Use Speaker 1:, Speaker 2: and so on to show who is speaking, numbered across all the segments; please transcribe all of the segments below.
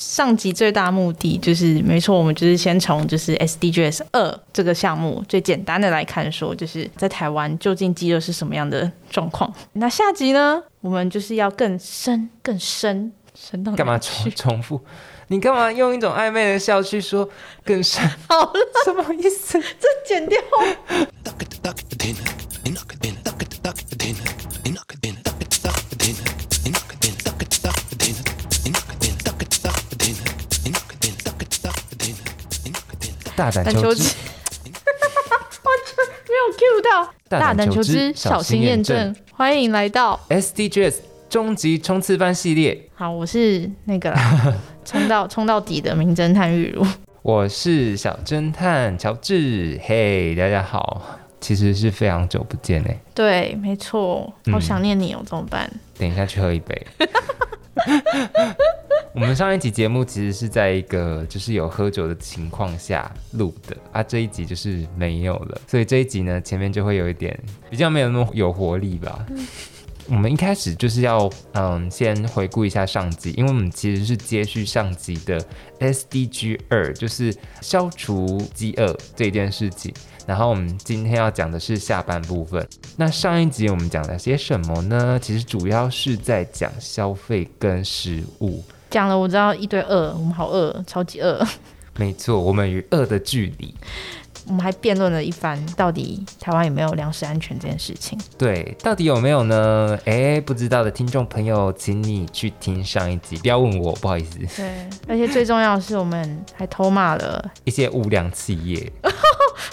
Speaker 1: 上集最大目的就是，没错，我们就是先从就是 SDGs 二这个项目最简单的来看说，就是在台湾究竟饥饿是什么样的状况。那下集呢，我们就是要更深、更深、深到哪
Speaker 2: 干嘛重
Speaker 1: 去？
Speaker 2: 重复？你干嘛用一种暧昧的笑去说更深？
Speaker 1: 好了，
Speaker 2: 什么意思？
Speaker 1: 这剪掉。
Speaker 3: duck it, duck it, dinner, in duck it, dinner, duck it, duck it, dinner, in duck it, dinner, duck it, duck it, dinner, in duck it, dinner, duck it, duck it, dinner, in duck it, dinner, duck it, duck it, dinner, in duck it, dinner, duck it, duck it, dinner, in duck it, dinner.
Speaker 2: 大胆
Speaker 1: 胆
Speaker 2: 求
Speaker 1: 球之，
Speaker 2: 知，
Speaker 1: 完全没有 Q 到。
Speaker 2: 大胆求知小心验证，
Speaker 1: 欢迎来到。
Speaker 2: SDGs 终极冲刺班系列，
Speaker 1: 好，我是那个 啦冲到冲到底的名侦探玉如。
Speaker 2: 我是小侦探乔治。嘿、大家好，其实是非常久不见哎，
Speaker 1: 对，没错，好
Speaker 2: 嗯
Speaker 1: 想念你哦，怎么办？
Speaker 2: 等一下去喝一杯。 我们上一集节目其实是在一个就是有喝酒的情况下录的啊，这一集就是没有了，所以这一集呢前面就会有一点比较没有那么有活力吧。我们一开始就是要嗯先回顾一下上集，因为我们其实是接续上集的 SDG 二，就是消除饥饿这件事情。然后我们今天要讲的是下半部分。那上一集我们讲了些什么呢？其实主要是在讲消费跟食物。
Speaker 1: 讲了，我知道一堆饿，我们好饿，超级饿。
Speaker 2: 没错，我们与恶的距离。
Speaker 1: 我们还辩论了一番，到底台湾有没有粮食安全这件事情？
Speaker 2: 对，到底有没有呢？哎，不知道的听众朋友，请你去听上一集，不要问我，不好意思。
Speaker 1: 对，而且最重要的是，我们还偷骂了。
Speaker 2: 一些无良企业。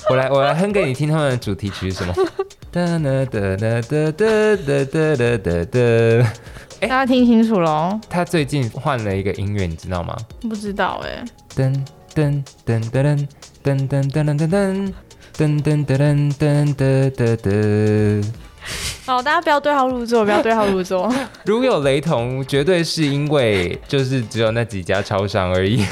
Speaker 2: 我来，我来哼给你听他们的主题曲是什么？哒哒哒哒哒哒哒哒哒哒。
Speaker 1: 大家听清楚喽？
Speaker 2: 他最近换了一个音乐，你知道吗？
Speaker 1: 不知道哎、
Speaker 2: 噔噔噔噔噔噔噔噔噔噔。噔噔噔噔噔噔噔噔，
Speaker 1: 好，哦大家不要对号入 座，不要对号入座。
Speaker 2: 如有雷同，绝对是因为就是只有那几家超商而已。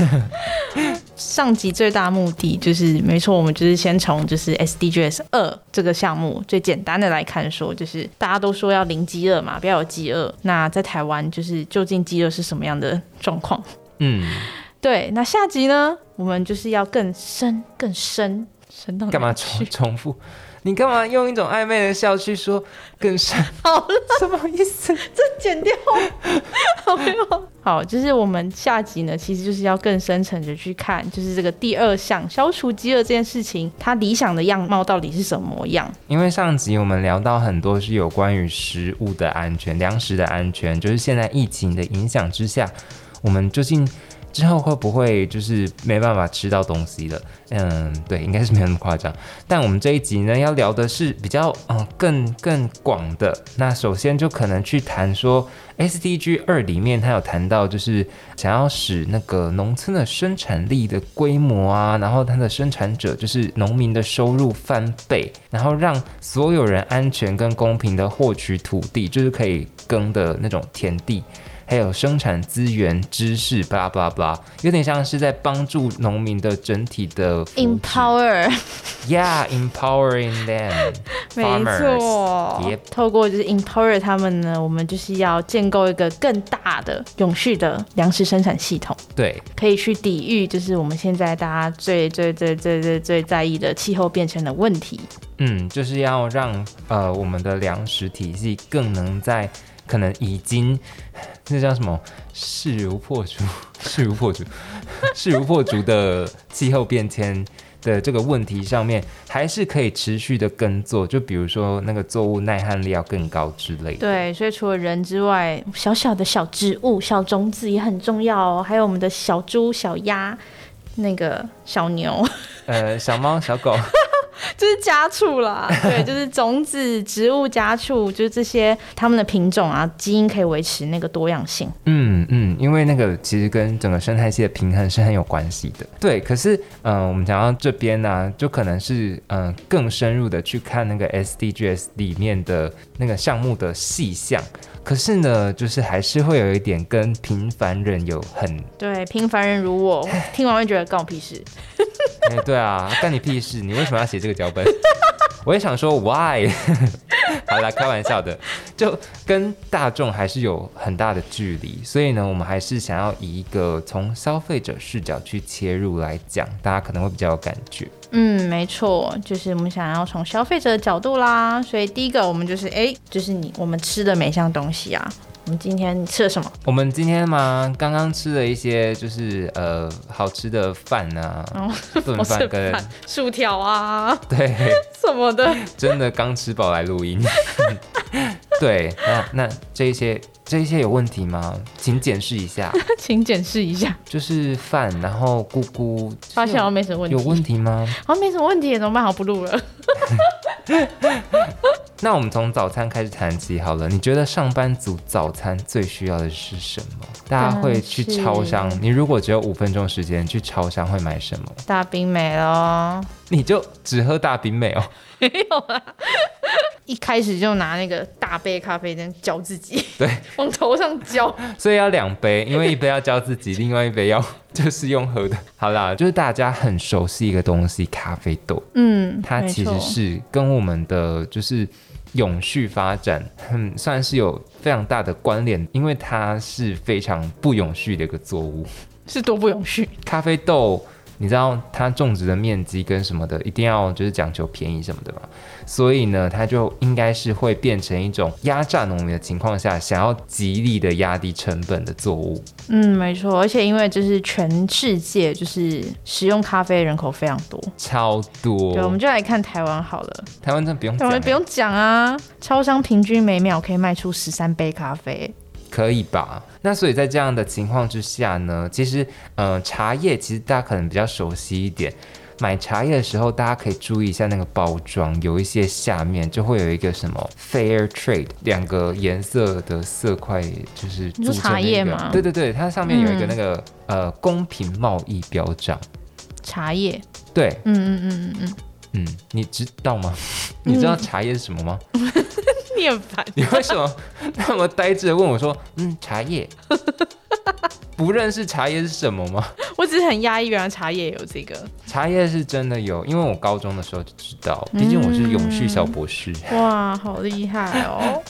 Speaker 1: 上集最大目的就是，没错，我们就是先从就是 SDGs 二这个项目最简单的来看说，就是大家都说要零饥饿嘛，不要有饥饿。那在台湾就是究竟饥饿是什么样的状况？
Speaker 2: 嗯，
Speaker 1: 对，那下集呢，我们就是要更深、更深、深到哪
Speaker 2: 干嘛重
Speaker 1: 去？
Speaker 2: 重复？你干嘛用一种暧昧的笑去说更深？
Speaker 1: 好了，
Speaker 2: 什么意思？
Speaker 1: 剪掉， 好没有。好，就是我们下集呢，其实就是要更深层的去看，就是这个第二项消除饥饿这件事情，它理想的样貌到底是什么模样？
Speaker 2: 因为上集我们聊到很多是有关于食物的安全、粮食的安全，就是现在疫情的影响之下，我们究竟之后会不会就是没办法吃到东西了？嗯，对，应该是没有那么夸张。但我们这一集呢，要聊的是比较嗯更更广的。那首先就可能去谈说 SDG 二里面，它有谈到就是想要使那个农村的生产力的规模啊，然后它的生产者就是农民的收入翻倍，然后让所有人安全跟公平的获取土地，就是可以耕的那种田地。还有生产资源、知识，巴拉巴拉巴拉，有点像是在帮助农民的整体的福祉
Speaker 1: Empower，
Speaker 2: Yeah, empowering them.
Speaker 1: 没
Speaker 2: Farmers.
Speaker 1: 错
Speaker 2: Yep.
Speaker 1: 透过就是 empower 他们呢，我们就是要建构一个更大的、永续的粮食生产系统，
Speaker 2: 对，
Speaker 1: 可以去抵御就是我们现在大家最最最最最最在意的气候变迁的问题。
Speaker 2: 嗯，就是要让呃我们的粮食体系更能在可能已经那叫什么势如破竹、 势如破竹、势如破竹的气候变迁。的这个问题上面，还是可以持续的耕作，就比如说那个作物耐旱力要更高之类的。
Speaker 1: 对，所以除了人之外，小小的小植物、小种子也很重要哦，还有我们的小猪、小鸭。那个小 牛
Speaker 2: 呃，小猫、小狗，
Speaker 1: 就是家畜 啦，对，就是种子、植物、家畜，就是这些它们的品种啊，基因可以维持那个多样性。
Speaker 2: 嗯嗯，因为那个其实跟整个生态系的平衡是很有关系的。对，可是嗯、呃我们讲到这边呢、就可能是嗯、呃更深入的去看那个 SDGs 里面的那个项目的细项。可是呢，就是还是会有一点跟平凡人有很，
Speaker 1: 对，平凡人如 我，听完会觉得关我屁事。
Speaker 2: 哎、 对啊，干你屁事！你为什么要写这个脚本？我也想说 why， 好啦，开玩笑的，就跟大众还是有很大的距离，所以呢，我们还是想要以一个从消费者视角去切入来讲，大家可能会比较有感觉。
Speaker 1: 嗯，没错，就是我们想要从消费者的角度啦，所以第一个我们就是哎、就是你我们吃的每项东西啊，我们今天吃了什么？
Speaker 2: 我们今天嘛，刚刚吃了一些就是呃好吃的饭啊，炖
Speaker 1: 我哦吃
Speaker 2: 饭跟
Speaker 1: 饭、薯条啊
Speaker 2: 对，
Speaker 1: 什么 的。
Speaker 2: 真的刚吃饱来录音。 对，那那这一些这一些有问题吗？请检视一下，
Speaker 1: 请检视一下，
Speaker 2: 就是饭，然后姑姑
Speaker 1: 发现好像没什么问题，
Speaker 2: 有问题吗？
Speaker 1: 好像没什么问题，怎么办？好不录了。
Speaker 2: 那我们从早餐开始谈起好了。你觉得上班族早餐最需要的是什么？大家会去超商
Speaker 1: 当然。是
Speaker 2: 你如果只有五分钟时间去超商，会买什么？
Speaker 1: 大冰没咯，
Speaker 2: 你就只喝大冰美哦。
Speaker 1: 一开始就拿那个大杯咖啡这样浇自己，
Speaker 2: 对，
Speaker 1: 往头上浇。
Speaker 2: 所以要两杯，因为一杯要教自己，另外一杯要 就是用喝的。好啦，就是大家很熟悉一个东西，咖啡豆，
Speaker 1: 嗯，
Speaker 2: 它其实
Speaker 1: 没错
Speaker 2: 是跟我们的就是永续发展，嗯，算是有非常大的关联，因为它是非常不永续的一个作物。
Speaker 1: 是多不永续。
Speaker 2: 咖啡豆，你知道它种植的面积跟什么的，一定要就是讲求便宜什么的嘛，所以呢，它就应该是会变成一种压榨农民的情况下，想要极力的压低成本的作物。
Speaker 1: 嗯，没错，而且因为就是全世界就是使用咖啡的人口非常多，
Speaker 2: 超多。
Speaker 1: 对，我们就来看台湾好了。
Speaker 2: 台湾真的不用
Speaker 1: 台
Speaker 2: 讲欸，
Speaker 1: 湾不用讲啊，超商平均每秒可以卖出十三杯咖啡。
Speaker 2: 可以吧？那所以在这样的情况之下呢，其实呃，茶叶其实大家可能比较熟悉一点。买茶叶的时候，大家可以注意一下那个包装，有一些下面就会有一个什么 Fair Trade 两个颜色的色块，就是
Speaker 1: 你说
Speaker 2: 组成
Speaker 1: 茶
Speaker 2: 的一
Speaker 1: 叶
Speaker 2: 个
Speaker 1: 吗
Speaker 2: 对对对，它上面有一个
Speaker 1: 嗯
Speaker 2: 那个、呃公平贸易标章。
Speaker 1: 茶叶，
Speaker 2: 对，
Speaker 1: 嗯嗯嗯嗯嗯，
Speaker 2: 嗯，你知道吗？ 你知道茶叶是什么吗？
Speaker 1: 你很烦。
Speaker 2: 你为什么那么呆滞的问我说：“嗯，茶叶， 不认识茶叶是什么吗
Speaker 1: 我只是很压抑，原来茶叶有这个。？”
Speaker 2: 茶叶是真的有，因为我高中的时候就知道，毕竟我是永续小博士，
Speaker 1: 哇，好厉害 哦！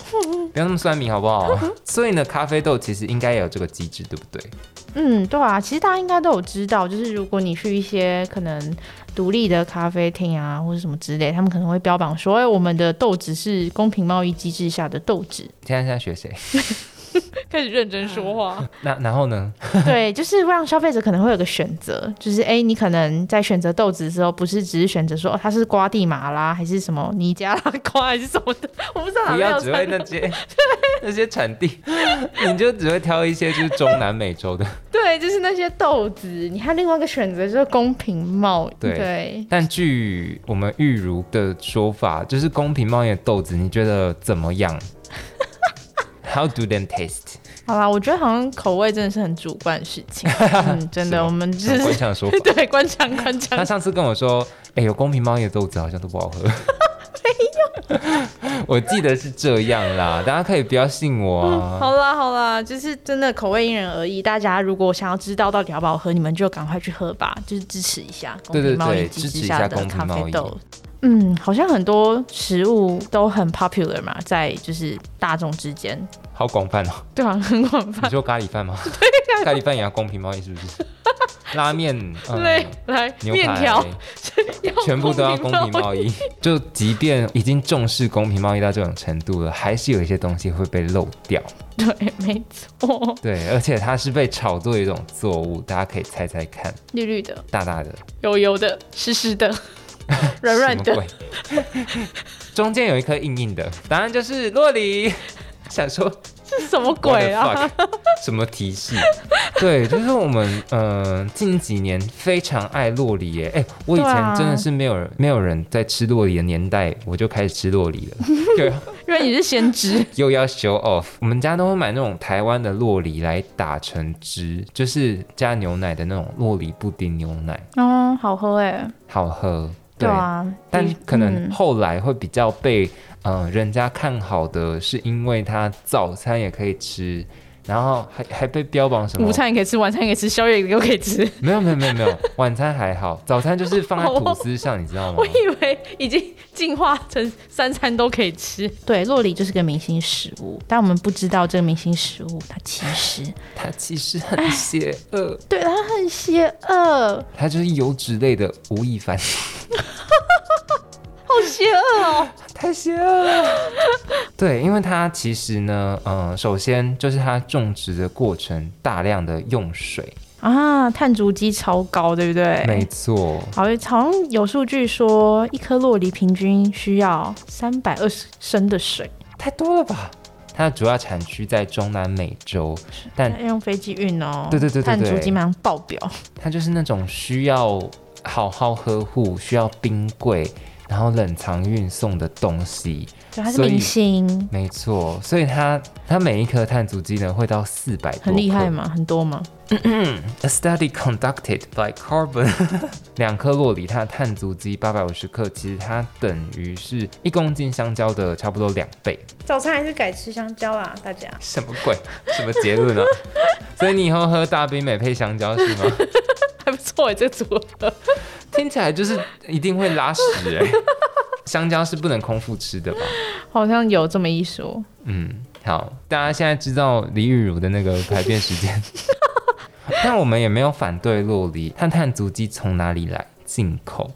Speaker 2: 不要那么酸民好不好？所以呢，咖啡豆其实应该也有这个机制，对不对？
Speaker 1: 嗯，对啊，其实大家应该都有知道，就是如果你去一些可能独立的咖啡厅啊，或者什么之类，他们可能会标榜说，哎，我们的豆子是公平贸易机制下的豆子。
Speaker 2: 现在现在学谁？
Speaker 1: 开始认真说话。
Speaker 2: 那然后呢？
Speaker 1: 对，就是会让消费者可能会有个选择，就是哎，你可能在选择豆子的时候，不是只是选择说、哦、它是瓜地马拉还是什么尼加拉瓜 还是什么的，我不知道哪
Speaker 2: 不
Speaker 1: 边啊有
Speaker 2: 要只会
Speaker 1: 产
Speaker 2: 那些 那些产地， 你就只会挑一些就是中南美洲的。
Speaker 1: 对，就是那些豆子，你还有另外一个选择就是公平贸易，
Speaker 2: 对
Speaker 1: 对
Speaker 2: 但据我们玉如的说法，就是公平贸易的豆子，你觉得怎么样 ？How do them taste？
Speaker 1: 好啦，我觉得好像口味真的是很主观的事 情，嗯，真
Speaker 2: 是吗
Speaker 1: 的，我们就
Speaker 2: 很官
Speaker 1: 是。
Speaker 2: 腔的说 法
Speaker 1: 对啊官腔官
Speaker 2: 他
Speaker 1: 腔，
Speaker 2: 上次跟我说，哎、有公平贸易的豆子好像都不 好喝。没有，我记得是这样啦，大家可以不要信我啊。
Speaker 1: 嗯好啦好啦，就是真的口味因人而异，大家如果想要知道到底好不好喝，你们就赶快去喝吧，就是支持一下公
Speaker 2: 对对
Speaker 1: 平贸
Speaker 2: 对
Speaker 1: 易机
Speaker 2: 支持
Speaker 1: 制
Speaker 2: 一下
Speaker 1: 的
Speaker 2: 公平
Speaker 1: 咖
Speaker 2: 贸易
Speaker 1: 啡豆。嗯，好像很多食物都很 popular 嘛，在就是大众之间，
Speaker 2: 好广泛哦、
Speaker 1: 对吧？很广
Speaker 2: 你
Speaker 1: 泛。
Speaker 2: 说咖喱饭吗？
Speaker 1: 啊
Speaker 2: 咖喱饭也要公平贸易是不是？拉面、嗯
Speaker 1: 对，来
Speaker 2: 牛
Speaker 1: 面条
Speaker 2: 排， 全部都要公平贸易。 就即便已经重视公平贸易到这种程度了，还是有一些东西会被漏掉。
Speaker 1: 易，对，没错，
Speaker 2: 对，而且它是被炒作的一种作物，大家可以猜猜看，
Speaker 1: 绿绿的，
Speaker 2: 大大的，
Speaker 1: 油油的，湿湿 的，软软
Speaker 2: 什
Speaker 1: 的
Speaker 2: 么。鬼？ 中间有一颗硬硬的，答案就是洛里。 想说
Speaker 1: 什么 鬼啊？
Speaker 2: What the fuck？什么提示？对，就是我们呃近几年非常爱洛梨耶，哎、我以
Speaker 1: 对
Speaker 2: 前
Speaker 1: 啊
Speaker 2: 真的是没有人、没有人在吃洛梨的年代，我就开始吃洛梨了，对，
Speaker 1: 因为你是先知，
Speaker 2: 又要 show off。我们家都会买那种台湾的洛梨来打成汁，就是加牛奶的那种洛梨布丁牛奶，
Speaker 1: 哦，好喝哎、
Speaker 2: 好喝。
Speaker 1: 对啊，
Speaker 2: 但
Speaker 1: 的
Speaker 2: 可能
Speaker 1: 嗯
Speaker 2: 后来会比较被嗯、呃人家看好的，是因为它早餐也可以吃，然后还还被标榜什么
Speaker 1: 午餐也可以吃，晚餐也可以吃，宵夜也可以 吃。
Speaker 2: 没有没有没有没有，晚餐 还好，早餐就是放在吐司上，你知道吗
Speaker 1: 我？以为已经进化成三餐都可以吃。对，洛梨就是个明星食物，但我们不知道这个明星食物它其实
Speaker 2: 它其实很邪恶，
Speaker 1: 对它很邪恶，
Speaker 2: 它就是油脂类的吴亦凡，
Speaker 1: 好邪恶哦。
Speaker 2: 太邪恶了。 对，因为它其实呢，嗯、首先就是它种植的过程大量的用水，
Speaker 1: 啊，碳足迹超高，对不对？
Speaker 2: 没错，
Speaker 1: 好，好像有数据说，一颗洛梨平均需要三百二十升的水，
Speaker 2: 太多了吧？它的主要产区在中南美洲，但
Speaker 1: 要用飞机运哦。
Speaker 2: 对对对对对
Speaker 1: 碳足迹马上爆表。
Speaker 2: 它就是那种需要好好呵护、需要冰柜，然后冷藏运送的东西。
Speaker 1: 对，它是
Speaker 2: 所以
Speaker 1: 明星，
Speaker 2: 没错，所以它它每一颗碳足迹呢会到四百多，
Speaker 1: 很厉害？嘛，很多嘛。
Speaker 2: A study conducted by Carbon，两 颗洛梨，它的碳足迹八百五十克，其实它等于是一公斤香蕉的差不多两倍。
Speaker 1: 早餐还是改吃香蕉啦，大家。
Speaker 2: 什么鬼？什么结 论啊？所以你以后喝大冰美配香蕉是吗？
Speaker 1: 还不错哎，这组合。
Speaker 2: 听起来就是一定会拉屎哎、香蕉是不能空腹吃的吧？
Speaker 1: 好像有这么一说。
Speaker 2: 嗯，好，大家现在知道李雨茹的那个排便时 间，但我们也没有反对洛梨，它碳足迹从哪里来？进口。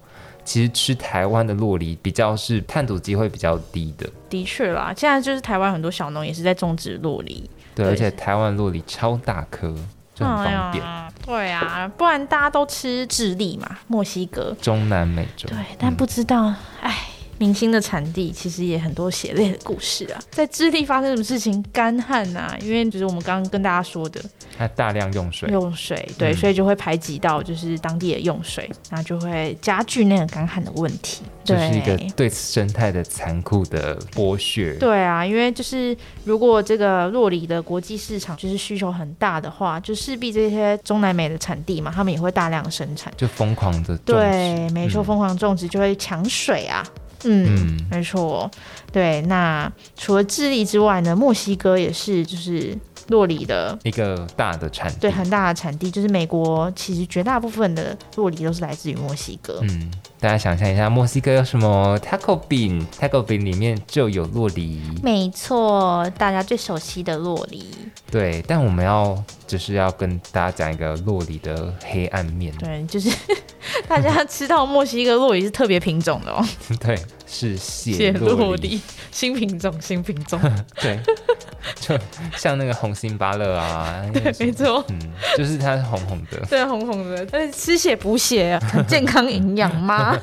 Speaker 2: 其实吃台湾的洛梨比较是碳足迹会比较低的，
Speaker 1: 的确啦，现在就是台湾很多小农也是在种植洛梨，
Speaker 2: 对，
Speaker 1: 对
Speaker 2: 而且台湾洛梨超大颗，就很方便。
Speaker 1: 哎呀对啊，不然大家都吃智利嘛，墨西哥。
Speaker 2: 中南美洲，
Speaker 1: 对，但不知道，哎、明星的产地其实也很多血泪的故事啊。在智利发生什么事情？干旱啊，因为就是我们刚刚跟大家说的
Speaker 2: 嗯它大量用水，
Speaker 1: 用水，对，
Speaker 2: 嗯
Speaker 1: 所以就会排挤到就是当地的用水，然后就会加剧那个干旱的问题。
Speaker 2: 这是一个
Speaker 1: 对。
Speaker 2: 对生态的残酷的剥削。
Speaker 1: 对啊，因为就是如果这个洛梨的国际市场就是需求很大的话，就势必这些中南美的产地嘛，他们也会大量生产。
Speaker 2: 就疯狂的种植，
Speaker 1: 对，没错，
Speaker 2: 嗯
Speaker 1: 疯狂种植就会抢水啊。嗯，
Speaker 2: 嗯
Speaker 1: 没错。对，那除了智利之外呢，墨西哥也是就是洛里的
Speaker 2: 一个大的产地。
Speaker 1: 对很大的产地，就是美国其实绝大部分的洛里都是来自于墨西哥。
Speaker 2: 嗯，大家想象一下，墨西哥有什么 taco 饼？taco 饼里面就有洛梨，
Speaker 1: 没错，大家最熟悉的洛梨。
Speaker 2: 对。但我们要就是要跟大家讲一个洛梨的黑暗面，
Speaker 1: 对，就是 大家吃到墨西哥洛梨是特别品种的 哦，
Speaker 2: 对，是蟹
Speaker 1: 谢
Speaker 2: 洛
Speaker 1: 洛
Speaker 2: 梨，
Speaker 1: 梨新品种，新品种，
Speaker 2: 对， 就像那个红心芭乐 啊，那个 什
Speaker 1: 没
Speaker 2: 么
Speaker 1: 错。
Speaker 2: 嗯，就是它是红红的。
Speaker 1: 对，红红的，但是吃血补血啊，很健康营养 吗？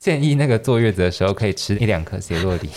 Speaker 2: 建议那个坐月子的时候可以吃一两颗斜落 梨。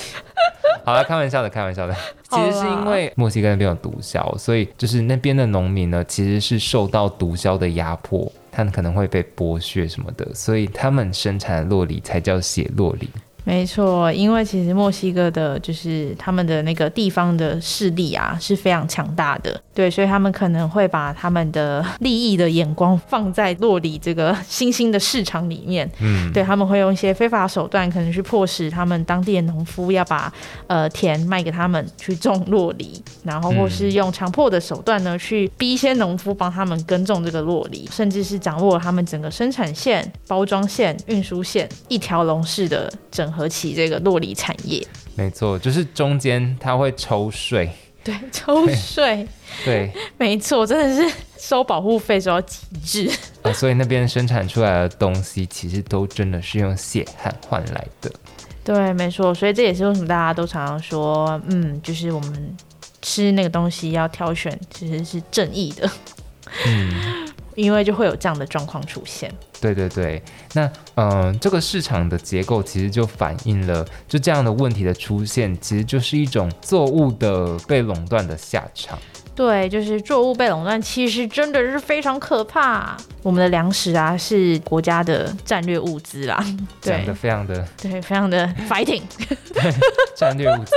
Speaker 2: 好了，开玩笑的，开玩笑的。其
Speaker 1: 好啦
Speaker 2: 实是因为墨西哥那边有毒枭，所以就是那边的农民呢，其实是受到毒枭的压迫，他们可能会被剥削什么的，所以他们生产的洛梨才叫血洛梨。
Speaker 1: 没错，因为其实墨西哥的，就是他们的那个地方的势力啊，是非常强大的，对，所以他们可能会把他们的利益的眼光放在洛里这个新兴的市场里面，
Speaker 2: 嗯，
Speaker 1: 对他 们会用一些非法手段，可能去迫使他们当地的农夫要把呃田卖给他们去种洛梨，然后或是用强迫的手段呢，去逼一些农夫帮他们耕种这个洛梨，甚至是掌握了他们整个生产线、包装线、运输线一条龙式的整合起这个洛梨产业。
Speaker 2: 没错，就是中间他会抽税，
Speaker 1: 对，抽税，
Speaker 2: 对，
Speaker 1: 没错，真的是收保护费收到极致。
Speaker 2: 呃所以那边生产出来的东西其实都真的是用血汗换来的。
Speaker 1: 对，没错，所以这也是为什么大家都常常说，嗯，就是我们吃那个东西要挑选其实是正义的，
Speaker 2: 嗯，
Speaker 1: 因为就会有这样的状况出现。
Speaker 2: 对对对，那嗯、呃这个市场的结构其实就反映了，就这样的问题的出现，其实就是一种作物的被垄断的下场。
Speaker 1: 对，就是作物被垄断，其实真的是非常可怕。我们的粮食啊，是国家的战略物资 啦，
Speaker 2: 讲
Speaker 1: 对
Speaker 2: 的非常的
Speaker 1: 对，非常的 fighting
Speaker 2: 战略物资，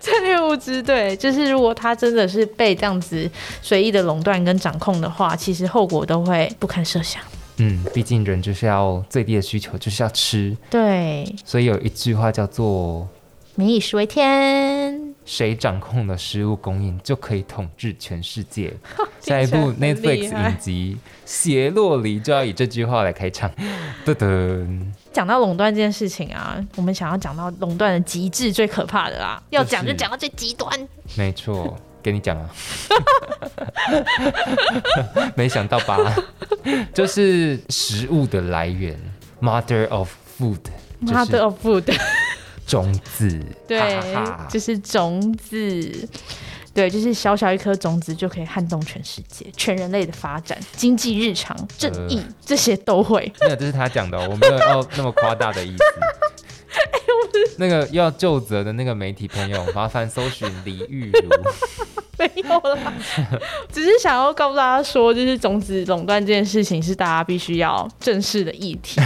Speaker 1: 战略物资。对，就是如果它真的是被这样子随意的垄断跟掌控的话，其实后果都会不堪设想。
Speaker 2: 嗯，毕竟人就是要最低的需求就是要吃，
Speaker 1: 对，
Speaker 2: 所以有一句话叫做
Speaker 1: 民以食为天。
Speaker 2: “谁掌控了食物供应，就可以统治全世界。下一
Speaker 1: 听
Speaker 2: 部
Speaker 1: 起来很厉
Speaker 2: Netflix 嗯
Speaker 1: 害
Speaker 2: 影集《邪洛里》就要以这句话来 开场。噔噔，
Speaker 1: 讲到垄断这件事情啊，我们想要讲到垄断的极致最可怕的啦，要讲就
Speaker 2: 就是
Speaker 1: 讲到最极端。
Speaker 2: 没错，给你讲啊， 没想到吧？就是食物的来源，Mother of Food，就
Speaker 1: Mother
Speaker 2: 是
Speaker 1: of food，
Speaker 2: 种子。
Speaker 1: 对
Speaker 2: 哈哈，哈
Speaker 1: 就是种子，对，就是小小一颗种子就可以撼动全世界、全人类的发展、经济、日常、正义、这些都会。
Speaker 2: 没有，这是他讲的哦、我没有要那么夸大 的意思。
Speaker 1: 哎
Speaker 2: 那个要就责的那个媒体朋友，麻烦搜寻李玉如。
Speaker 1: 没有 啦，只是想要告诉大家说，就是种子垄断这件事情是大家必须要正视的议 题。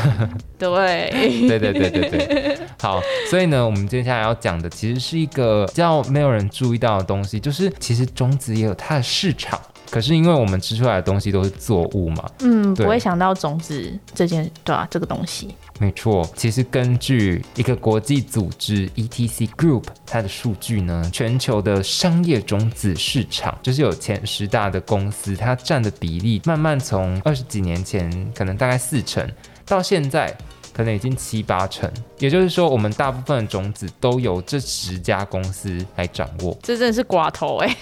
Speaker 1: 对，
Speaker 2: 对对对对对，好，所以呢，我们接下来要讲的其实是一个比较没有人注意到的东西，就是其实种子也有它的市场，可是因为我们吃出来的东西都是作物嘛，
Speaker 1: 嗯，
Speaker 2: 对
Speaker 1: 不会想到种子这件，对啊，这个东西。
Speaker 2: 没错，其实根据一个国际组织 ETC Group 它的数据呢，全球的商业种子市场就是有前十大的公司，它占的比例慢慢从二十几年前可能大概四成，到现在可能已经七八成，也就是说，我们大部分的种子都由这十家公司来掌握。
Speaker 1: 这真的是寡头哎、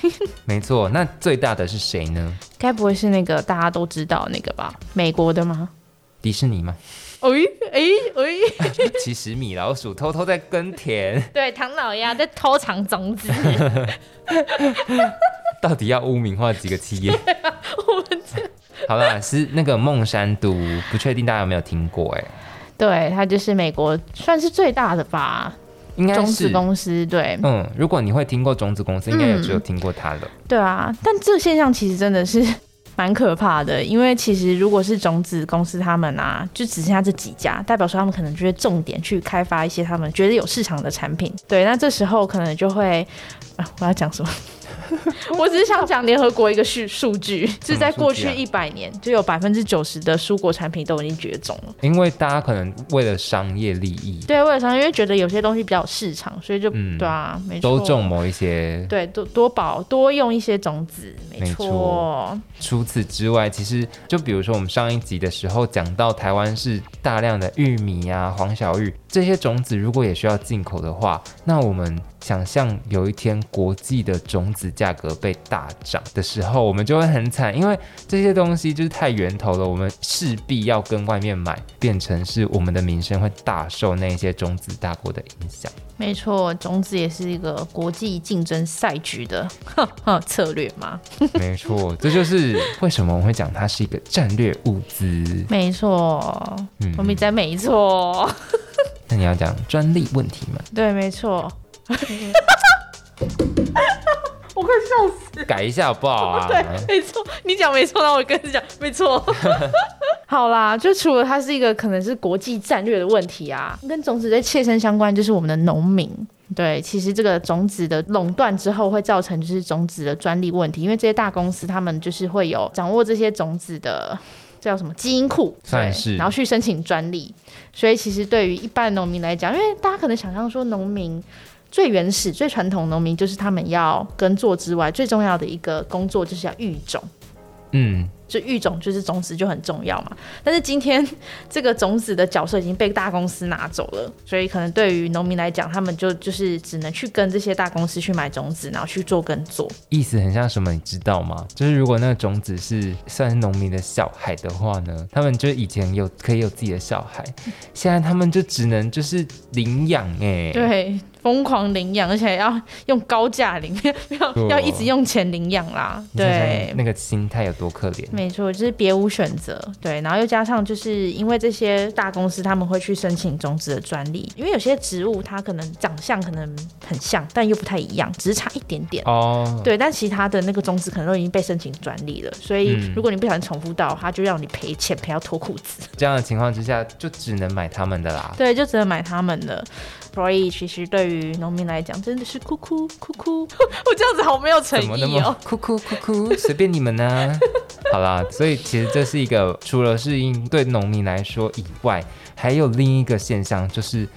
Speaker 2: 没错，那最大的是谁呢？
Speaker 1: 该不会是那个大家都知道那个吧？美国的吗？
Speaker 2: 迪士尼吗？
Speaker 1: 哎哎哎，
Speaker 2: 其实米老鼠偷偷在耕田，
Speaker 1: 对，唐老鸭在偷藏种 子，
Speaker 2: 到底要污名化几个 企业？
Speaker 1: 啊我们
Speaker 2: 好啦，是那个孟山都，不确定大家有没有听过、哎，
Speaker 1: 对，它就是美国算是最大的吧，
Speaker 2: 应该
Speaker 1: 种子
Speaker 2: 是。
Speaker 1: 公司，对，
Speaker 2: 嗯，如果你会听过种子公司，应该也
Speaker 1: 嗯
Speaker 2: 只有听过它了。
Speaker 1: 对啊，但这现象其实真的是 蛮可怕的，因为其实如果是种子公司他们啊，就只剩下这几家，代表说他们可能就会重点去开发一些他们觉得有市场的产品。对，那这时候可能就会。 啊、我要讲什么？ 我只是想讲联合国一个数数据，是在过
Speaker 2: 数
Speaker 1: 去
Speaker 2: 据啊
Speaker 1: 一百年，就有百分之九十的蔬果产品都已经绝种了。
Speaker 2: 因为大家可能为了商业利益，
Speaker 1: 对，为了啥？因为觉得有些东西比较有市场，所以就、
Speaker 2: 嗯
Speaker 1: 对啊，没错，
Speaker 2: 都种某一些。
Speaker 1: 对，多多保多用一些种子，没
Speaker 2: 没
Speaker 1: 错
Speaker 2: 错除此之外，其实就比如说我们上一集的时候讲到，台湾是大量的玉米啊、黄小玉这些种子，如果也需要进口的话，那我们想象有一天国际的种子价格被大涨的时候，我们就会很惨，因为这些东西就是太源头了，我们势必要跟外面买，变成是我们的民生会大受那些种子大国的影响。
Speaker 1: 没错，种子也是一个国际竞争赛局的 策略嘛。
Speaker 2: 没错，这就是为什么我们会讲它是一个战略物资。
Speaker 1: 没错，
Speaker 2: 嗯
Speaker 1: 我们在没错，
Speaker 2: 那你要讲专利问题吗？
Speaker 1: 对，没错。我快笑死！
Speaker 2: 改一下好不好啊？
Speaker 1: 对，没错，你讲没错，那我跟你讲没 错。好啦，就除了它是一个可能是国际战略的问题啊，跟种子最切身相关就是我们的农民。对，其实这个种子的垄断之后，会造成就是种子的专利问题，因为这些大公司他们就是会有掌握这些种子的。这叫什么基因库？
Speaker 2: 算
Speaker 1: 对
Speaker 2: 是
Speaker 1: 然后去申请专利。所以其实对于一般农民来讲，因为大家可能想象说，农民最原始、最传统农民就是他们要耕作之外，最重要的一个工作就是要育种。
Speaker 2: 嗯，
Speaker 1: 就育种就是种子就很重要嘛。但是今天 这个种子的角色已经被大公司拿走了，所以可能对于农民来讲，他们就就是只能去跟这些大公司去买种子，然后去做耕作。
Speaker 2: 意思很像什么，你知道吗？就是如果那个种子是算是农民的小孩的话呢，他们就以前有可以有自己的小孩，现在他们就只能就是领养哎、
Speaker 1: 对，疯狂领养，而且要用高价领， 要
Speaker 2: 对
Speaker 1: 要一直用钱领养啦。
Speaker 2: 你想
Speaker 1: 对
Speaker 2: 想，那个心态有多可怜。
Speaker 1: 没错，就是别无选择。对，然后又加上就是因为这些大公司他们会去申请种子的专利，因为有些植物它可能长相可能很像，但又不太一样，只是差一点点。
Speaker 2: 哦，
Speaker 1: 对，但其他的那个种子可能都已经被申请专利了，所以
Speaker 2: 嗯
Speaker 1: 如果你不小心重复到，它就让你赔钱赔到脱裤 子。
Speaker 2: 这样的情况之下，就只能买他们的啦。
Speaker 1: 对，就只能买他们的。所以其实对于农民来讲，真的是哭哭哭哭， 我这样子好没有 诚
Speaker 2: 怎么那
Speaker 1: 意哦
Speaker 2: 么。哭哭哭哭，随便你们呢、 好啦，所以其实这是一个除了是应对农民来说以外，还有另一个现象，就是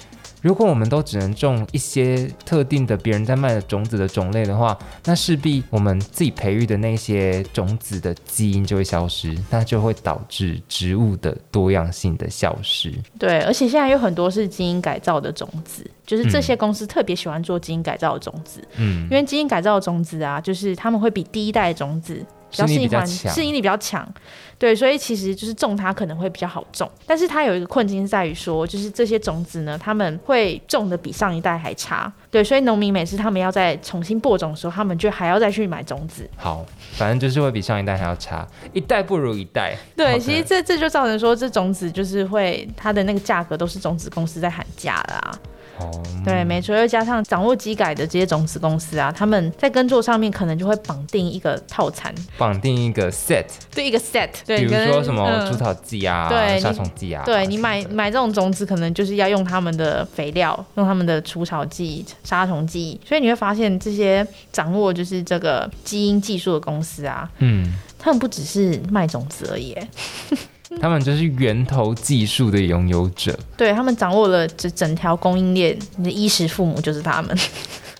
Speaker 2: 如果我们都只能种一些特定的别人在卖的种子的种类的话，那势必我们自己培育的那些种子的基因就会消失，那就会导致植物的多样性的消失。
Speaker 1: 对，而且现在有很多是基因改造的种子，就是这些公司特别喜欢做基因改造的种子，
Speaker 2: 嗯
Speaker 1: 因，为基因改造的种子啊，就是他们会比第一代的种子比较
Speaker 2: 适
Speaker 1: 适
Speaker 2: 应力
Speaker 1: 应
Speaker 2: 比较
Speaker 1: 环
Speaker 2: 强
Speaker 1: 适应力比较强，对，所以其实就是种它可能会比较好种，但是它有一个困境是在于说，就是这些种子呢，他们会种的比上一代还差，对，所以农民每次他们要再重新播种的时候，他们就还要再去买种子，
Speaker 2: 好，反正就是会比上一代还要差，一代不如一代。
Speaker 1: 对，
Speaker 2: OK
Speaker 1: 其实这这就造成说，这种子就是会它的那个价格都是种子公司在喊价的啊。
Speaker 2: 哦，
Speaker 1: 对，没错，又加上掌握机改的这些种子公司啊，他们在耕作上面可能就会绑定一个套餐，
Speaker 2: 绑定一个 set，
Speaker 1: 对一个 set，对，
Speaker 2: 比如
Speaker 1: 跟
Speaker 2: 说什么
Speaker 1: 嗯
Speaker 2: 除草剂啊、
Speaker 1: 对你
Speaker 2: 杀虫剂啊，
Speaker 1: 对你
Speaker 2: 什么
Speaker 1: 买
Speaker 2: 的
Speaker 1: 买这种种子，可能就是要用他们的肥料，用他们的除草剂、杀虫剂，所以你会发现这些掌握就是这个基因技术的公司啊，
Speaker 2: 嗯。
Speaker 1: 他们不只是卖种子而已耶，嗯
Speaker 2: 他们就是源头技术的拥有者。
Speaker 1: 对他们掌握了这整条供应链，你的衣食父母就是他们。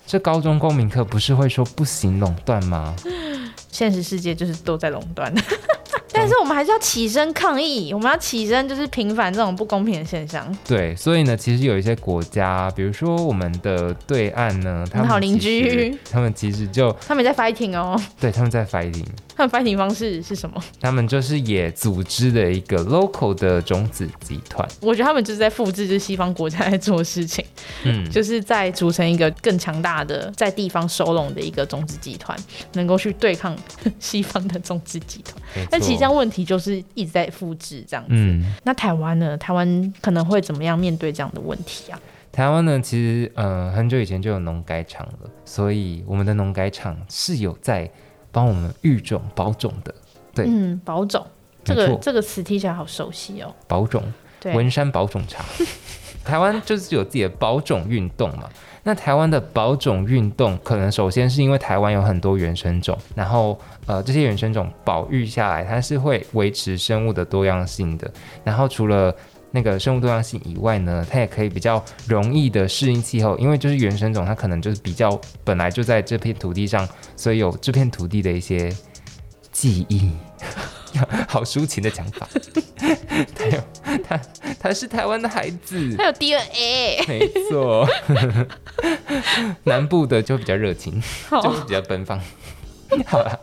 Speaker 2: 这高中公民课不是会说不行垄断吗？
Speaker 1: 现实世界就是都在垄断。 但是我们还是要起身抗议，我们要起身，就是平反这种不公平的现象。
Speaker 2: 对，所以呢，其实有一些国家，比如说我们的对岸呢，他们
Speaker 1: 好邻
Speaker 2: 其实
Speaker 1: 居，
Speaker 2: 他们其实就
Speaker 1: 他们也在 fighting 哦，
Speaker 2: 对他们在 fighting，
Speaker 1: 他们 fighting 方式是什么？
Speaker 2: 他们就是也组织了一个 local 的种子集团，
Speaker 1: 我觉得他们就是在复制，就是西方国家在做的事情，
Speaker 2: 嗯，
Speaker 1: 就是在组成一个更强大的在地方收拢的一个种子集团，能够去对抗西方的种子集团。
Speaker 2: 没错
Speaker 1: 但其实这样问题就是一直在复制这样子。
Speaker 2: 嗯，
Speaker 1: 那台湾呢？台湾可能会怎么样面对这样的问题啊？
Speaker 2: 台湾呢，其实呃很久以前就有农改场了，所以我们的农改场是有在帮我们育种保种的，对
Speaker 1: 嗯，保种这
Speaker 2: 没
Speaker 1: 个
Speaker 2: 错
Speaker 1: 这个词听起来好熟悉哦。
Speaker 2: 保种。
Speaker 1: 对，
Speaker 2: 文山保种 茶。台湾就是有自己的保种运动嘛。那台湾的保种运动，可能首先是因为台湾有很多原生种，然后呃这些原生种保育下来，它是会维持生物的多样性的。然后除了那个生物多样性以外呢，它也可以比较容易的适应气候，因为就是原生种它可能就是比较本来就在这片土地上，所以有这片土地的一些记忆。 好抒情的讲 法，它有它它是台湾的孩子
Speaker 1: 还，有哎 DNA，
Speaker 2: 没错。 南部的就比较热情，就
Speaker 1: 好
Speaker 2: 是比较奔放。 好了，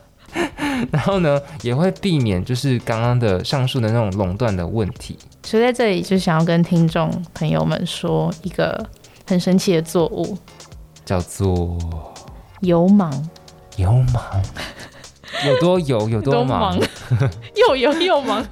Speaker 2: 然后呢，也会避免就是刚刚的上述的那种垄断的问题。
Speaker 1: 所以在这里就想要跟听众朋友们说一个很神奇的作物
Speaker 2: 叫做
Speaker 1: ——油芒，
Speaker 2: 油芒，有多油 有多忙，
Speaker 1: 又油又 芒，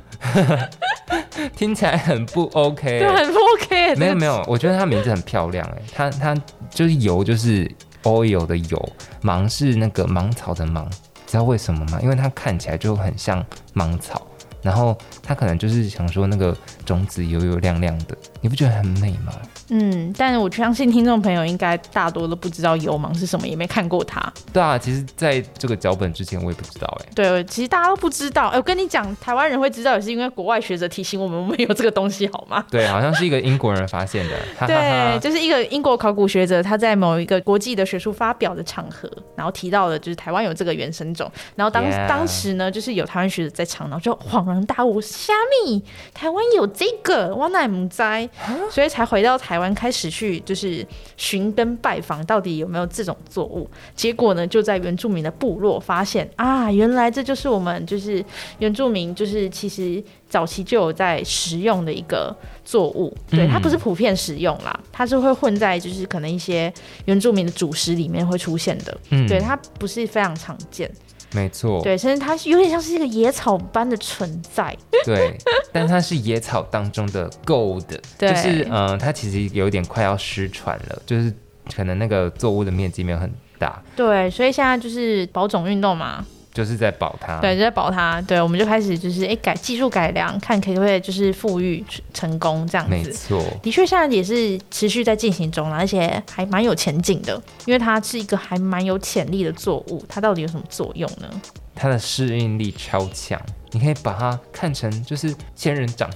Speaker 2: 听起来很不 OK
Speaker 1: 对，很不 OK。
Speaker 2: 没
Speaker 1: 这
Speaker 2: 有
Speaker 1: 个
Speaker 2: 没 有，我觉得它名字很漂亮哎，它它就是油就是 oil 的油，芒是那个芒草的芒，知道为什么吗？因为它看起来就很像芒草，然后它可能就是想说那个种子油油亮亮的，你不觉得很美吗？
Speaker 1: 嗯，但我相信听众朋友应该大多都不知道油芒是什么，也没看过它。
Speaker 2: 对啊，其实在这个脚本之前我也不知道哎，
Speaker 1: 对，其实大家都不知道。哎、我跟你讲，台湾人会知道，也是因为国外学者提醒我们，我们有这个东西，好 吗？
Speaker 2: 对，好像是一个英国人发现的，哈哈
Speaker 1: 对，
Speaker 2: 哈。
Speaker 1: 就是一个英国考古学者，他在某一个国际的学术发表的场合，然后提到了就是台湾有这个原生种，然后当
Speaker 2: Yeah
Speaker 1: 当时呢，就是有台湾学者在场，然后就恍然大悟，虾米，台湾有这个，我乃唔知，所以才回到台湾开始去就是寻根拜访，到底有没有这种作物？结果呢，就在原住民的部落发现啊，原来这就是我们就是原住民，就是其实早期就有在食用的一个作物，对，
Speaker 2: 嗯
Speaker 1: 它不是普遍食用啦，它是会混在就是可能一些原住民的主食里面会出现的，
Speaker 2: 嗯
Speaker 1: 对，它不是非常常见，
Speaker 2: 没错，
Speaker 1: 对，甚至它是有点像是一个野草般的存在，
Speaker 2: 对，但它是野草当中的 gold，
Speaker 1: 对
Speaker 2: 就是嗯、呃它其实有点快要失传了，就是可能那个作物的面积没有很大，
Speaker 1: 对，所以现在就是保种运动嘛，
Speaker 2: 就是在保它。
Speaker 1: 对，，就在保它，对，我们就开始就是哎、诶改技术改良，看可不可以就是富裕成功这样
Speaker 2: 没
Speaker 1: 子。
Speaker 2: 错，
Speaker 1: 的确，现在也是持续在进行中啦，而且还蛮有前景的，因为它是一个还蛮有潜力的作物。它到底有什么作用呢？
Speaker 2: 它 的适应力超强，你可以把它看成就是仙人掌。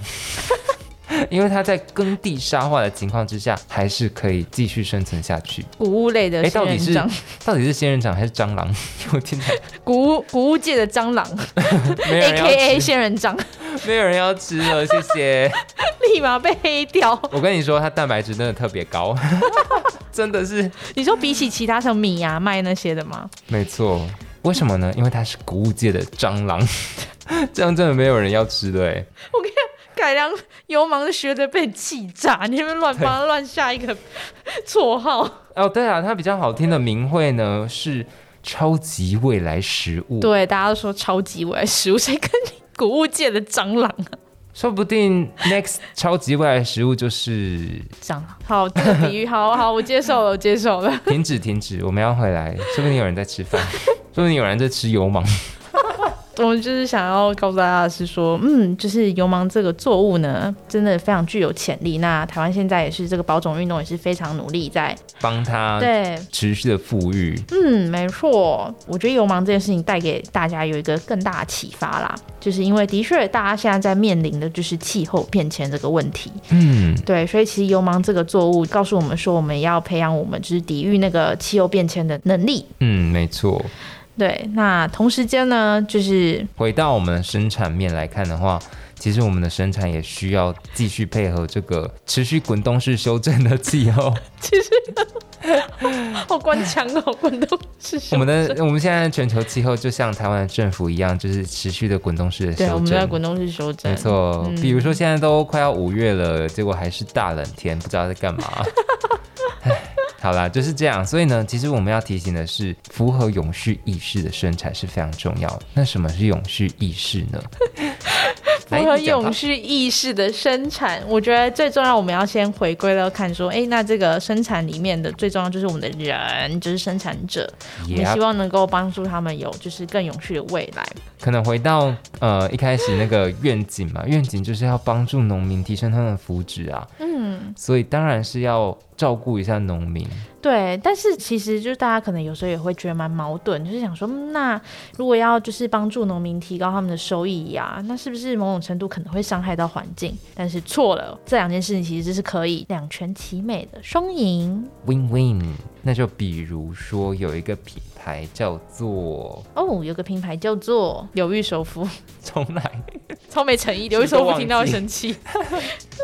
Speaker 2: 因为它在耕地沙化的情况之下，还是可以继续生存下去。
Speaker 1: 谷物类的
Speaker 2: 哎，
Speaker 1: 仙
Speaker 2: 到底
Speaker 1: 人
Speaker 2: 是
Speaker 1: 掌，
Speaker 2: 到底是仙人掌还是蟑螂？ 我天哪，
Speaker 1: 谷物谷物界的蟑 螂
Speaker 2: 没有
Speaker 1: ，A
Speaker 2: 人
Speaker 1: K
Speaker 2: 啊要
Speaker 1: A
Speaker 2: 吃，
Speaker 1: 仙人掌，
Speaker 2: 没有人要吃了，谢谢。
Speaker 1: 立马被黑掉。
Speaker 2: 我跟你说，它蛋白质真的特别高， 真的是
Speaker 1: 你说比起其他什么米啊、麦那些的吗？
Speaker 2: 没错。为什么呢？因为它是谷物界的蟑螂， 这样真的没有人要吃的哎。
Speaker 1: 改良流氓的学者被气炸，你们乱帮他乱下一个绰号。
Speaker 2: 哦，对啊，它比较好听的名讳呢是超级未来食 物。，
Speaker 1: 对，大家都说超级未来食物，谁跟你谷物界的蟑螂啊？
Speaker 2: 说不定 next 超级未来食物 就是
Speaker 1: 蟑螂，好，这个比喻，好好，我接受了，我接受了。
Speaker 2: 停止停止，我们要回来，说不定有人在吃 饭，说不定有人在吃油芒。
Speaker 1: 我们就是想要告诉大家的是说，嗯，就是油芒这个作物呢，真的非常具有潜力。那台湾现在也是这个保种运动也是非常努力在
Speaker 2: 帮他
Speaker 1: 对
Speaker 2: 持续的富裕。
Speaker 1: 嗯，没错，我觉得油盲这件事情带给大家有一个更大的启发啦，就是因为的确大家现在在面临的就是气候变迁这个问题，
Speaker 2: 嗯，
Speaker 1: 对，所以其实油盲这个作物告诉我们说，我们要培养我们就是抵御那个气候变迁的能力。
Speaker 2: 嗯，没错。
Speaker 1: 对，那同时间呢，就是
Speaker 2: 回到我们的生产面来看的话，其实我们的生产也需要继续配合这个持续滚动式修正的气 候。
Speaker 1: 好官腔哦，滚动是什
Speaker 2: 我
Speaker 1: 么？
Speaker 2: 们的我们现在全球气候就像台湾的政府一样，就是持续的滚动式的
Speaker 1: 对，我
Speaker 2: 修
Speaker 1: 们在
Speaker 2: 正。
Speaker 1: 滚动式修正，
Speaker 2: 没错，
Speaker 1: 嗯
Speaker 2: 比如说现在都快要五月了，结果还是大冷天，不知道在干嘛。 唉好啦，就是这样。所以呢，其实我们要提醒的是，符合永续意识的生产是非常重要的。那什么是永续意识 呢？
Speaker 1: 符合
Speaker 2: 来你讲吧
Speaker 1: 永续意识的生产，我觉得最重要，我们要先回归到看说，哎，那这个生产里面的最重要就是我们的人，就是生产者，我们
Speaker 2: Yep
Speaker 1: 希望能够帮助他们有就是更永续的未来。
Speaker 2: 可能回到呃一开始那个愿景嘛，愿景就是要帮助农民提升他们的福祉啊。嗯，所以当然是要照顾一下农民。
Speaker 1: 对，但是其实就是大家可能有时候也会觉得蛮矛盾，就是想说，嗯那如果要就是帮助农民提高他们的收益呀、那是不是某种程度可能会伤害到环境？但是错了，这两件事情其实是可以两全其美的双赢
Speaker 2: Win Win，那就比如说有一个品牌叫做
Speaker 1: 哦。有个品牌叫做有裕首富。
Speaker 2: 重来，
Speaker 1: 超没诚意，刘一说不听到会生气。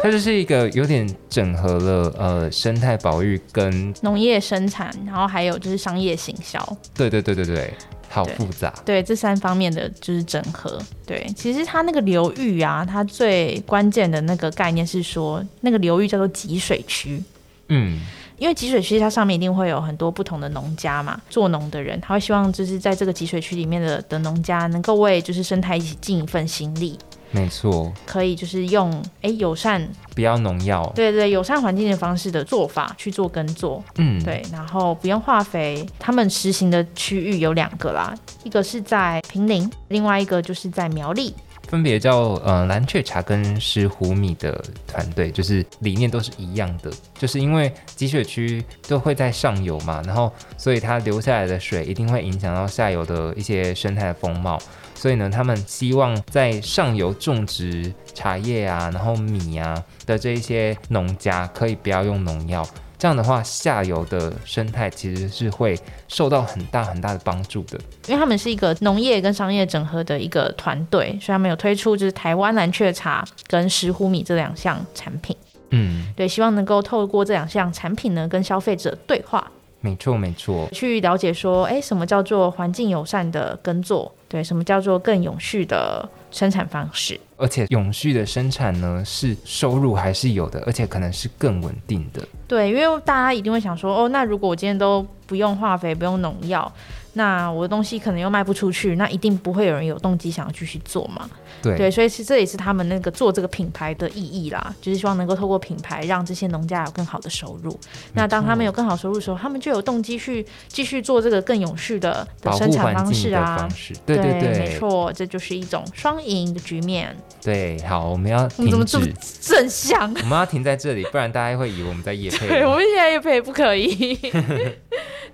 Speaker 2: 它就是一个有点整合了呃生态保育跟
Speaker 1: 农业生产，然后还有就是商业行销，
Speaker 2: 对对对对对，好
Speaker 1: 对
Speaker 2: 复杂，
Speaker 1: 对这三方面的就是整合。对，其实它那个流域啊，它最关键的那个概念是说，那个流域叫做集水区。
Speaker 2: 嗯，
Speaker 1: 因为集水区它上面一定会有很多不同的农家嘛，做农的人他会希望就是在这个集水区里面的的农家能够为就是生态一起尽一份心力，
Speaker 2: 没错，
Speaker 1: 可以就是用诶友善
Speaker 2: 不要农药，
Speaker 1: 对对友善环境的方式的做法去做耕作，
Speaker 2: 嗯，
Speaker 1: 对，然后不用化肥。他们实行的区域有两个啦，一个是在平林，另外一个就是在苗栗。
Speaker 2: 分别叫呃蓝雀茶跟石斛米的团队，就是理念都是一样的，就是因为集水区都会在上游嘛，然后所以它流下来的水一定会影响到下游的一些生态风貌，所以呢，他们希望在上游种植茶叶啊，然后米啊的这一些农家可以不要用农药。这样的话，下游的生态其实是会受到很大很大的帮助的。
Speaker 1: 因为他们是一个农业跟商业整合的一个团队，所以他们有推出就是台湾蓝雀茶跟石斛米这两项产品。
Speaker 2: 嗯，
Speaker 1: 对，希望能够透过这两项产品呢，跟消费者对话，
Speaker 2: 没错没错。
Speaker 1: 去了解说，哎，什么叫做环境友善的耕作？对，什么叫做更永续的生产方式？
Speaker 2: 而且永续的生产呢，是收入还是有的，而且可能是更稳定的。
Speaker 1: 对，因为大家一定会想说，哦，那如果我今天都不用化肥、不用农药，那我的东西可能又卖不出去，那一定不会有人有动机想要继续做嘛。
Speaker 2: 对，
Speaker 1: 对，所以是这也是他们那个做这个品牌的意义啦，就是希望能够透过品牌让这些农家有更好的收入。那当他们有更好收入的时候，他们就有动机去继续做这个更永续的的
Speaker 2: 保
Speaker 1: 生
Speaker 2: 护
Speaker 1: 产
Speaker 2: 环
Speaker 1: 方
Speaker 2: 境
Speaker 1: 式
Speaker 2: 的
Speaker 1: 啊。
Speaker 2: 方式，对对对，
Speaker 1: 没错，这就是一种双赢的局面。
Speaker 2: 对。好，我们要
Speaker 1: 我们怎么
Speaker 2: 停
Speaker 1: 这么
Speaker 2: 止，
Speaker 1: 正向？
Speaker 2: 我们要停在这里，不然大家会以为我们在夜配。
Speaker 1: 对，我们现在也赔不可 以。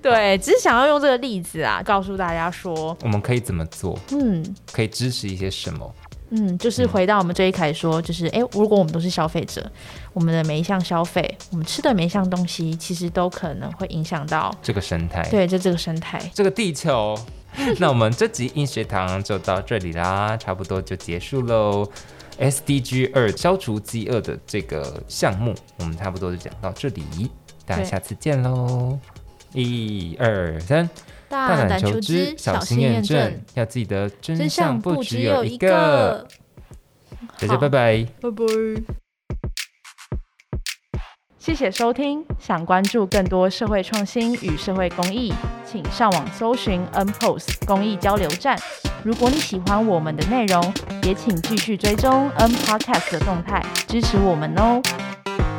Speaker 1: 对，只是想要用这个例子啊，告诉大家说，
Speaker 2: 我们可以怎么做？
Speaker 1: 嗯，
Speaker 2: 可以支持一些什么？
Speaker 1: 嗯，就是回到我们最一开始说，就是诶，如果我们都是消费者，我们的每一项消费，我们吃的每一项东西，其实都可能会影响到
Speaker 2: 这个生态，
Speaker 1: 对就这个生态。
Speaker 2: 这个地球。 那我们这集硬学堂就到这里啦，差不多就结束喽。SDG 二消除饥饿的这个项目，我们差不多就讲到这里，大家
Speaker 1: 对
Speaker 2: 下次见喽！一二三，
Speaker 1: 大
Speaker 2: 大啊胆求知，小心验证，，要记得真相不只有一个。，大家
Speaker 1: 好
Speaker 2: 拜拜。
Speaker 1: 拜拜。谢谢收听，想关注更多社会创新与社会公益，请上网搜寻 NPOS 公益交流站。如果你喜欢我们的内容，也请继续追踪 N Podcast 的动态，支持我们哦。